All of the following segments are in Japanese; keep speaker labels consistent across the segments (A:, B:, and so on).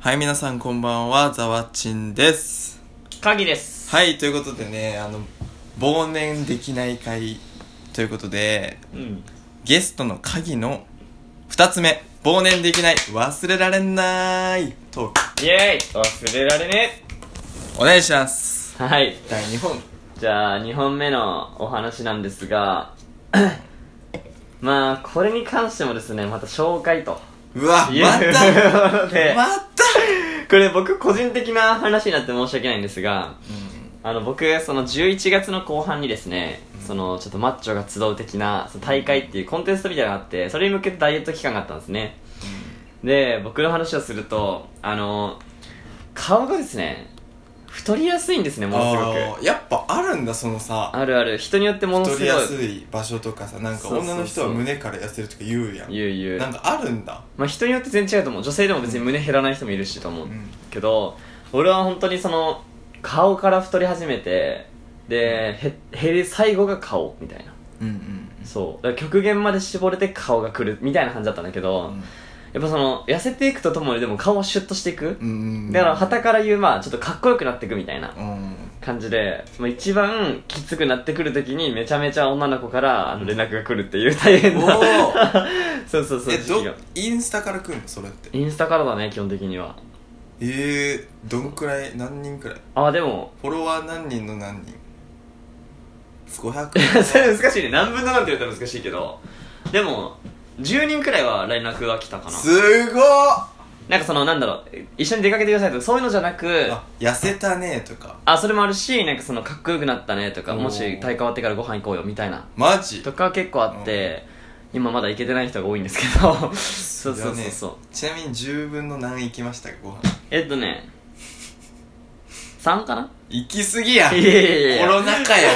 A: はい、皆さんこんばんは、ざわちんです。
B: 鍵です
A: はい、ということでね、あの、忘年できない会ということで、
B: うん
A: ゲストの鍵の二つ目、忘年できない、忘れられないトーク、
B: イエーイ忘れられね
A: お願いします。
B: はい
A: 第2本。
B: じゃあ2本目のお話なんですが まあこれに関してもですねまた紹介と
A: うわ、
B: いう
A: また
B: もの で
A: また
B: これ僕個人的な話になって申し訳ないんですが
A: う
B: あの僕その11月の後半にですね、そのちょっとマッチョが集う的なその大会っていうコンテストみたいなのがあってそれに向けてダイエット期間があったんですね、で僕の話をするとあの顔がですね太りやすいんですねものすご
A: あ
B: く
A: ーやっぱあるんだ、そのさ、
B: あるある人によってものす
A: 太り
B: ごい
A: やすい場所とかさ、なんか
B: そうそうそう
A: 女の人は胸から痩せるとか言うやん。
B: 言う言う
A: なんかあるんだ。
B: まあ、人によって全然違うと思う女性でも別に胸減らない人もいるしと思う、
A: うん
B: けど俺は本当にその顔から太り始めてでへ減り最後が顔みたいな
A: うんうん
B: そうだから極限まで絞れて顔がくるみたいな感じだったんだけど、
A: うん
B: やっぱその痩せていくとともにでも顔はシュッとしていく、
A: うん。
B: だから旗から言うまあちょっとかっこよくなっていくみたいな
A: うん。
B: 感じで、まあ、一番きつくなってくる時にめちゃめちゃ女の子からあの連絡が来るっていう大変
A: お
B: な
A: ー
B: そうそうそう
A: え
B: 時期
A: ど
B: が
A: インスタから来るのそれって
B: インスタからだね基本的には
A: えー、どんくらい何人くらい
B: ああでも
A: フォロワー何人の何人 ?500
B: それ難しいね何分の何って言ったら難しいけどでも10人くらいは連絡が来たかな
A: すごっ
B: なんかそのなんだろう一緒に出かけてくださいとかそういうのじゃなく
A: あ痩せたねとか
B: あそれもあるしなんかそのかっこよくなったねとか
A: おー
B: もし大会終わってからご飯行こうよみたいな
A: マジ
B: とか結構あって、今まだ行けてない人が多いんですけどそうそうそ
A: いや
B: うそう、
A: ねちなみに10分の何行きましたかご飯
B: えっとね3かな
A: 行きすぎや
B: いやいやいやいや
A: コロナ禍や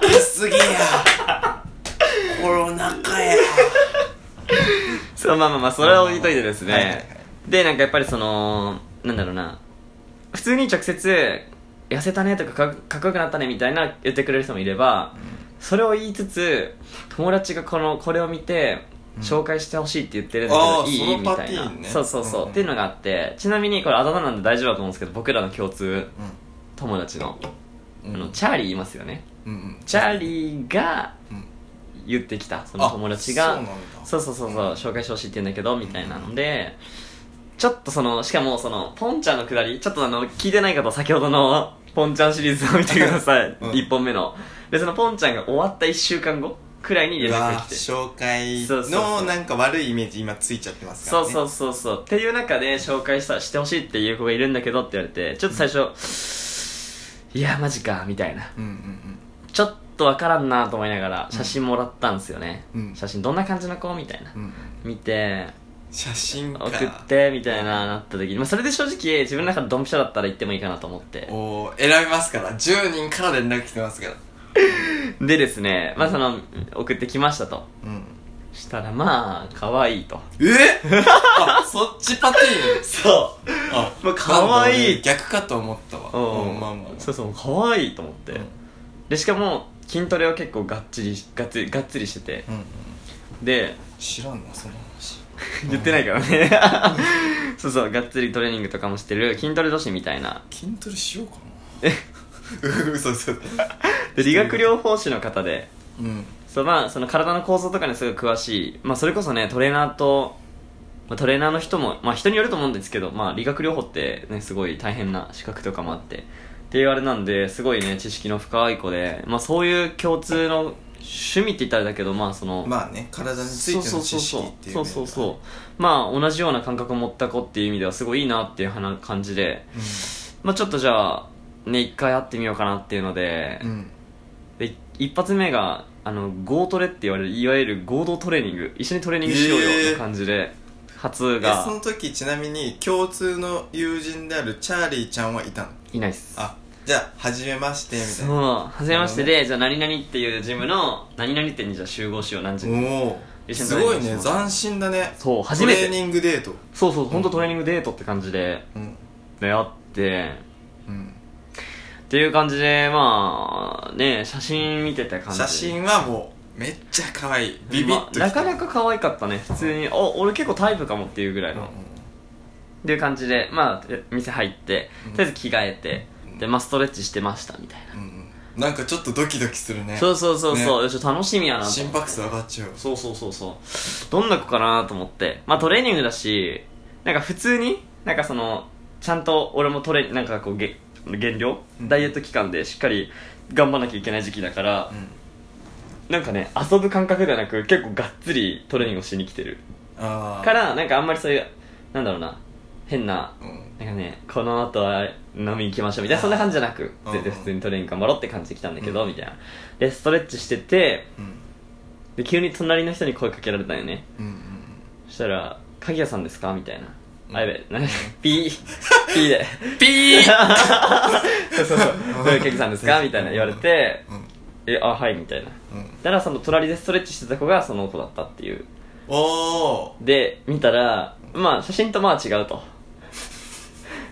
A: 行きすぎやコロナ禍や
B: そうまあまあまあそれは置いといてですね、
A: はいはいはい
B: でなんかやっぱりそのなんだろうな普通に直接「痩せたね」とかかかっこよくなったね」みたいな言ってくれる人もいれば、それを言いつつ友達がこのこれを見て
A: うん
B: 紹介してほしいって言ってるん
A: あ
B: だ
A: ー
B: けど、いい
A: そ
B: み
A: のパ
B: た
A: ティ
B: いな、
A: ーンね
B: そうそうそう、
A: うんうん
B: っていうのがあってちなみにこれあだ名なんで大丈夫だと思うんですけど僕らの共通友達の,、
A: うん
B: あ
A: う
B: の
A: ん
B: チャーリーいますよね
A: うん
B: チャーリーが
A: うん
B: 言ってきたその
A: あ
B: 友達が
A: そうなんだ
B: そうそうそうそう紹介してほしいって言うんだけどみたいなのでちょっとそのしかもそのポンちゃんのくだりちょっとあの聞いてない方は先ほどのポンちゃんシリーズを見てください、
A: うん
B: 1本目のでそのポンちゃんが終わった1週間後くらいに連
A: う
B: 絡
A: わ
B: が来て
A: 紹介
B: そうそうそ
A: の
B: う
A: なんか悪いイメージ今ついちゃってますから
B: そ
A: ね
B: うそうそうそうっていう中で紹介したしてほしいっていう子がいるんだけどって言われてちょっと最初、いやマジかみたいな
A: うんうん
B: ちょっとわからんなと思いながら写真もらったんですよね、
A: うん
B: 写真どんな感じの子みたいな、
A: うんうん
B: 見て
A: 写真か
B: 送ってみたいななった時に、まあ、それで正直自分の中でドンピシャだったら行ってもいいかなと思って
A: おー選びますから10人から連絡来てますから
B: でですね、まあ、その送ってきましたと
A: うん
B: したらまあ可愛いと
A: えあそっちパティーン
B: そう
A: あ
B: まあ可愛い
A: なんだ俺逆かと思ったわ
B: う
A: う
B: ん、
A: んまあまあ
B: そうそう可愛いと思って、
A: うん
B: でしかも筋トレを結構がっちりがっつりがっつりしてて
A: うんうん
B: で
A: 知らんなその話
B: 言ってないからねそうそうがっつりトレーニングとかもしてる筋トレ女子みたいな
A: 筋トレしようかなえ 嘘嘘
B: で理学療法士の方で
A: うん
B: そうまあその体の構造とかにすごい詳しい、まあ、それこそねトレーナーと、まあ、トレーナーの人も、まあ、人によると思うんですけど、まあ、理学療法って、ね、すごい大変な資格とかもあってっていうあれなんですごいね知識の深い子で、まあ、そういう共通の趣味って言ったらあれだけどまあその、
A: まあね体についての知識っていう
B: そうそうそうそうそうまあ同じような感覚を持った子っていう意味ではすごいいいなっていう話感じで、
A: う
B: まあ、ちょっとじゃあね一回会ってみようかなっていうので、
A: んうん
B: で一発目があのゴートレって言われるいわゆる合同トレーニング一緒にトレーニングしよう
A: え
B: よ
A: ー
B: の感じで、初
A: えその
B: が
A: 時ちなみに共通の友人であるチャーリーちゃんはいたの
B: いないっす
A: あじゃあ初めましてみたい
B: そう
A: な
B: 初めましてで、じゃあ何々っていうジムの何々店にじゃあ集合しよう何時に
A: おお
B: 一緒に
A: す
B: トレー
A: ご
B: ニ
A: い
B: ングし
A: ね
B: ます
A: 斬新だね
B: そう初め
A: トレー
B: て
A: ニングデート
B: そうそう本当トレーニングデートって感じで
A: うん
B: 出会って
A: うん
B: っていう感じでまあね写真見てた感じ
A: 写真はもうめっちゃ可愛いビビッと
B: まあなかな
A: か
B: か可愛かったね普通に、お俺結構タイプかもっていうぐらいの、っていう感じで、まあ、え店入って
A: うん、
B: とりあえず着替えて、で、まあ、ストレッチしてました、みたいな。
A: うんうんなんかちょっとドキドキするね
B: そうそうそうそう、
A: ね
B: よし楽しみやなと思って
A: 心拍数上がっちゃう
B: そうそうそうそうどんな子かなと思ってまあトレーニングだしなんか普通になんかそのちゃんと俺もトレなんかこうげ減量
A: うん
B: ダイエット期間でしっかり頑張らなきゃいけない時期だから
A: う、ん
B: なんかね遊ぶ感覚ではなく結構がっつりトレーニングをしに来てる
A: ああ
B: からなんかあんまりそういうなんだろうな変な
A: うん
B: なんかねこの後は飲み行きましょうみたいなそんな感じじゃなく
A: うん
B: 全然普通にトレーニング頑張ろうって感じで来たんだけど、
A: うん
B: みたいなでストレッチしてて
A: うん
B: で急に隣の人に声かけられたよね
A: うんうん
B: そしたら「鍵屋さんですか?」みたいな「
A: うん
B: あやべなピーピーでピー そうそうそう「どういう鍵さんですか?」みたいな言われて
A: うん
B: 「えあはい」みたいな
A: うんうん
B: たらその隣でストレッチしてた子がその子だったっていう
A: おお
B: で見たらまあ写真とまあ違うと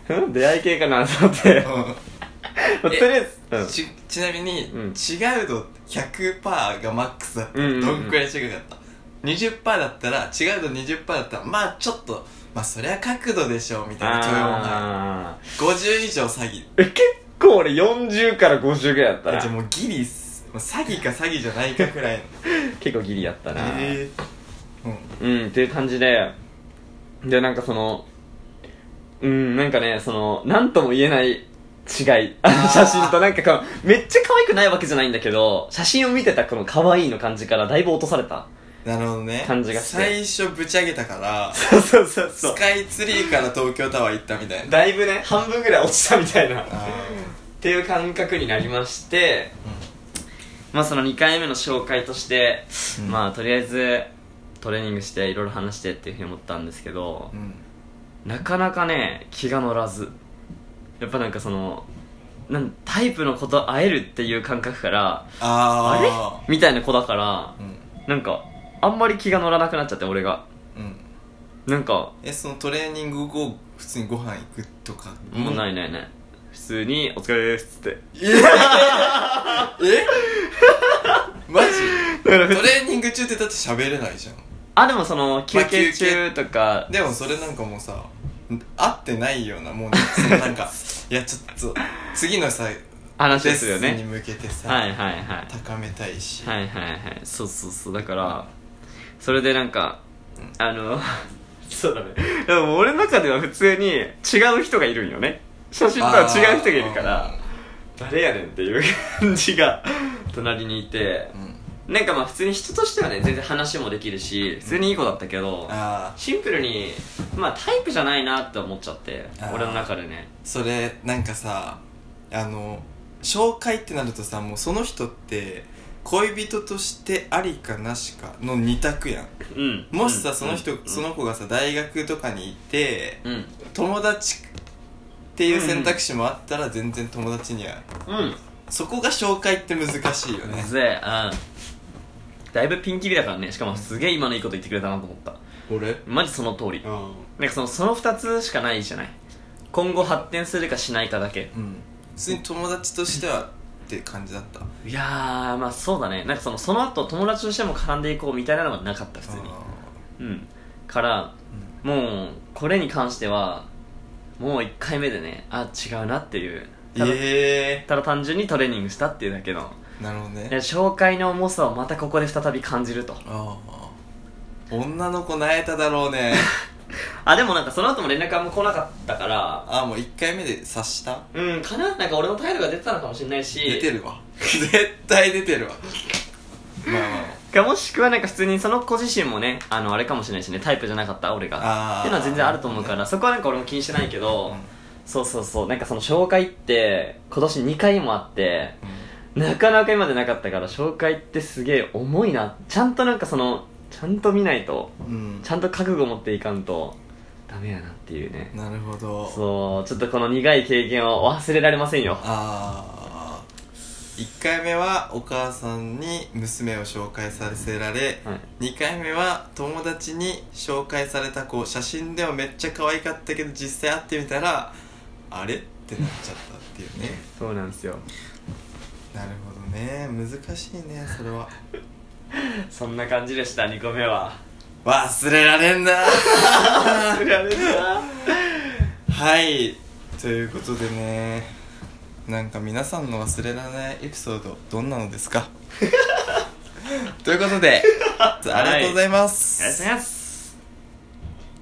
B: うん出会い系かなと思ってまあとりあえずうん
A: ちちなみに、
B: うん
A: 違う度100%がマックスだった、
B: うんうんうん
A: どんくらい違かった20%だったら違う度20%だったらまあちょっとまあそりゃ角度でしょうみたいな許容範
B: あー
A: 囲50以上詐欺
B: え結構俺40から50ぐらいだった
A: え
B: ら
A: じゃあもうギリっすもう詐欺か詐欺じゃないかくらいの
B: 結構ギリやった な
A: えーうん
B: うん、っていう感じで、で、なんかその、うん、なんかね、その、なんとも言えない違い。
A: あー
B: 写真となんかこう、めっちゃ可愛くないわけじゃないんだけど、写真を見てたこの可愛いの感じからだいぶ落とされた。
A: なるほどね
B: 感じがして
A: 最初ぶち上げたから
B: そうそうそう
A: ス。カイツリーから東京タワー行ったみたいな
B: だいぶね、半分ぐらい落ちたみたいな。っ
A: あ
B: ていう感覚になりまして、まあその2回目の紹介として、
A: うん
B: まあとりあえず、トレーニングしていろいろ話してっていうふうに思ったんですけど
A: ーう、ん
B: なかなかね気が乗らずやっぱなんかそのなんタイプの子と会えるっていう感覚からあれ
A: あ
B: みたいな子だから
A: れうん
B: なんかあんまり気が乗らなくなっちゃって俺が
A: うん
B: なんか
A: えそのトレーニング後普通にご飯行くとか
B: もうないいないない普通に「お疲れです」 っつって
A: ええ マジ
B: だから
A: ト
B: 普通
A: レーニング中ってだって喋れないじゃん
B: あでもその休
A: 休憩
B: 憩中とか、
A: でもそれなんかもうさ合ってないようなもんねそのなん かいやちょっと次のさ
B: 話ですよ
A: レッスンに
B: ね
A: 向けてさ、
B: はいはいはい
A: 高めたいし、
B: はいはいはいそうそうそうだからそれでなんか あのそうだねでも俺の中では普通に違う人がいるんよね写真とは違う人がいるから誰やねんっていう感じが隣にいて
A: あーうん
B: なんかまあ普通に人としてはね全然話もできるし普通にいい子だったけど
A: あー
B: シンプルにまあタイプじゃないなって思っちゃって
A: あー
B: 俺の中でね
A: それなんかさあの紹介ってなるとさもうその人って恋人としてありかなしかの二択やん
B: うん
A: もしさその人、
B: うん
A: その子がさ大学とかにいて
B: うん
A: 友達っていう選択肢もあったら全然友達には
B: うん
A: そこが紹介って難しいよね
B: うぜえうんだいぶピンキリだからねしかもすげえ今のいいこと言ってくれたなと思った
A: 俺
B: マジその通り
A: うん
B: なんかそのその2つしかないじゃない今後発展するかしないかだけ
A: 普通に友達としてはって感じだった
B: いやーまあそうだねなんかそのその後友達としても絡んでいこうみたいなのがなかった普通に
A: あ
B: うんから
A: ー
B: もうこれに関してはもう1回目でねあ違うなっていうただ,、
A: え
B: ただ単純にトレーニングしたっていうだけの
A: えなるほど
B: で
A: ね
B: 紹介の重さをまたここで再び感じると
A: ああ女の子なえただろうね
B: あでもなんかその後も連絡はもう来なかったから
A: ああもう1回目で察した
B: うんかななんか俺の態度が出てたのかもしれないし
A: 出てるわ 絶対出てるわまあまあまあ
B: かもしくはなんか普通にその子自身もねあのあれかもしれないしねタイプじゃなかった俺
A: あー
B: が っていうのは全然あると思うからそこはなんか俺も気にしてないけど、そうそうそうなんかその紹介って今年2回もあって
A: うん
B: なかなか今までなかったから紹介ってすげえ重いなちゃんとなんかそのちゃんと見ないと
A: うん
B: ちゃんと覚悟持っていかんとダメやなっていうね
A: なるほど
B: そうちょっとこの苦い経験を忘れられませんよ
A: あー1回目はお母さんに娘を紹介させられ、
B: はい
A: 2回目は友達に紹介された子写真ではめっちゃ可愛かったけど実際会ってみたらあれってなっちゃったっていうね
B: そうなんですよ
A: なるほどね難しいねそれは
B: そんな感じでした2個目は
A: 忘れられんな
B: 忘れられるな
A: はいということでねなんか皆さんの忘れられないエピソードどんなのですかということでありがとうございます、
B: ありがとうございます